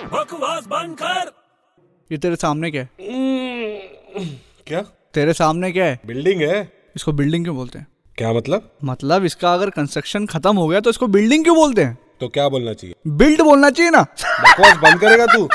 आवाज बंद कर ये तेरे सामने क्या है क्या तेरे सामने क्या है बिल्डिंग है इसको बिल्डिंग क्यों बोलते हैं क्या मतलब मतलब इसका अगर कंस्ट्रक्शन खत्म हो गया तो इसको बिल्डिंग क्यों बोलते हैं तो क्या बोलना चाहिए बिल्ड बोलना चाहिए ना बकवास बंद करेगा तू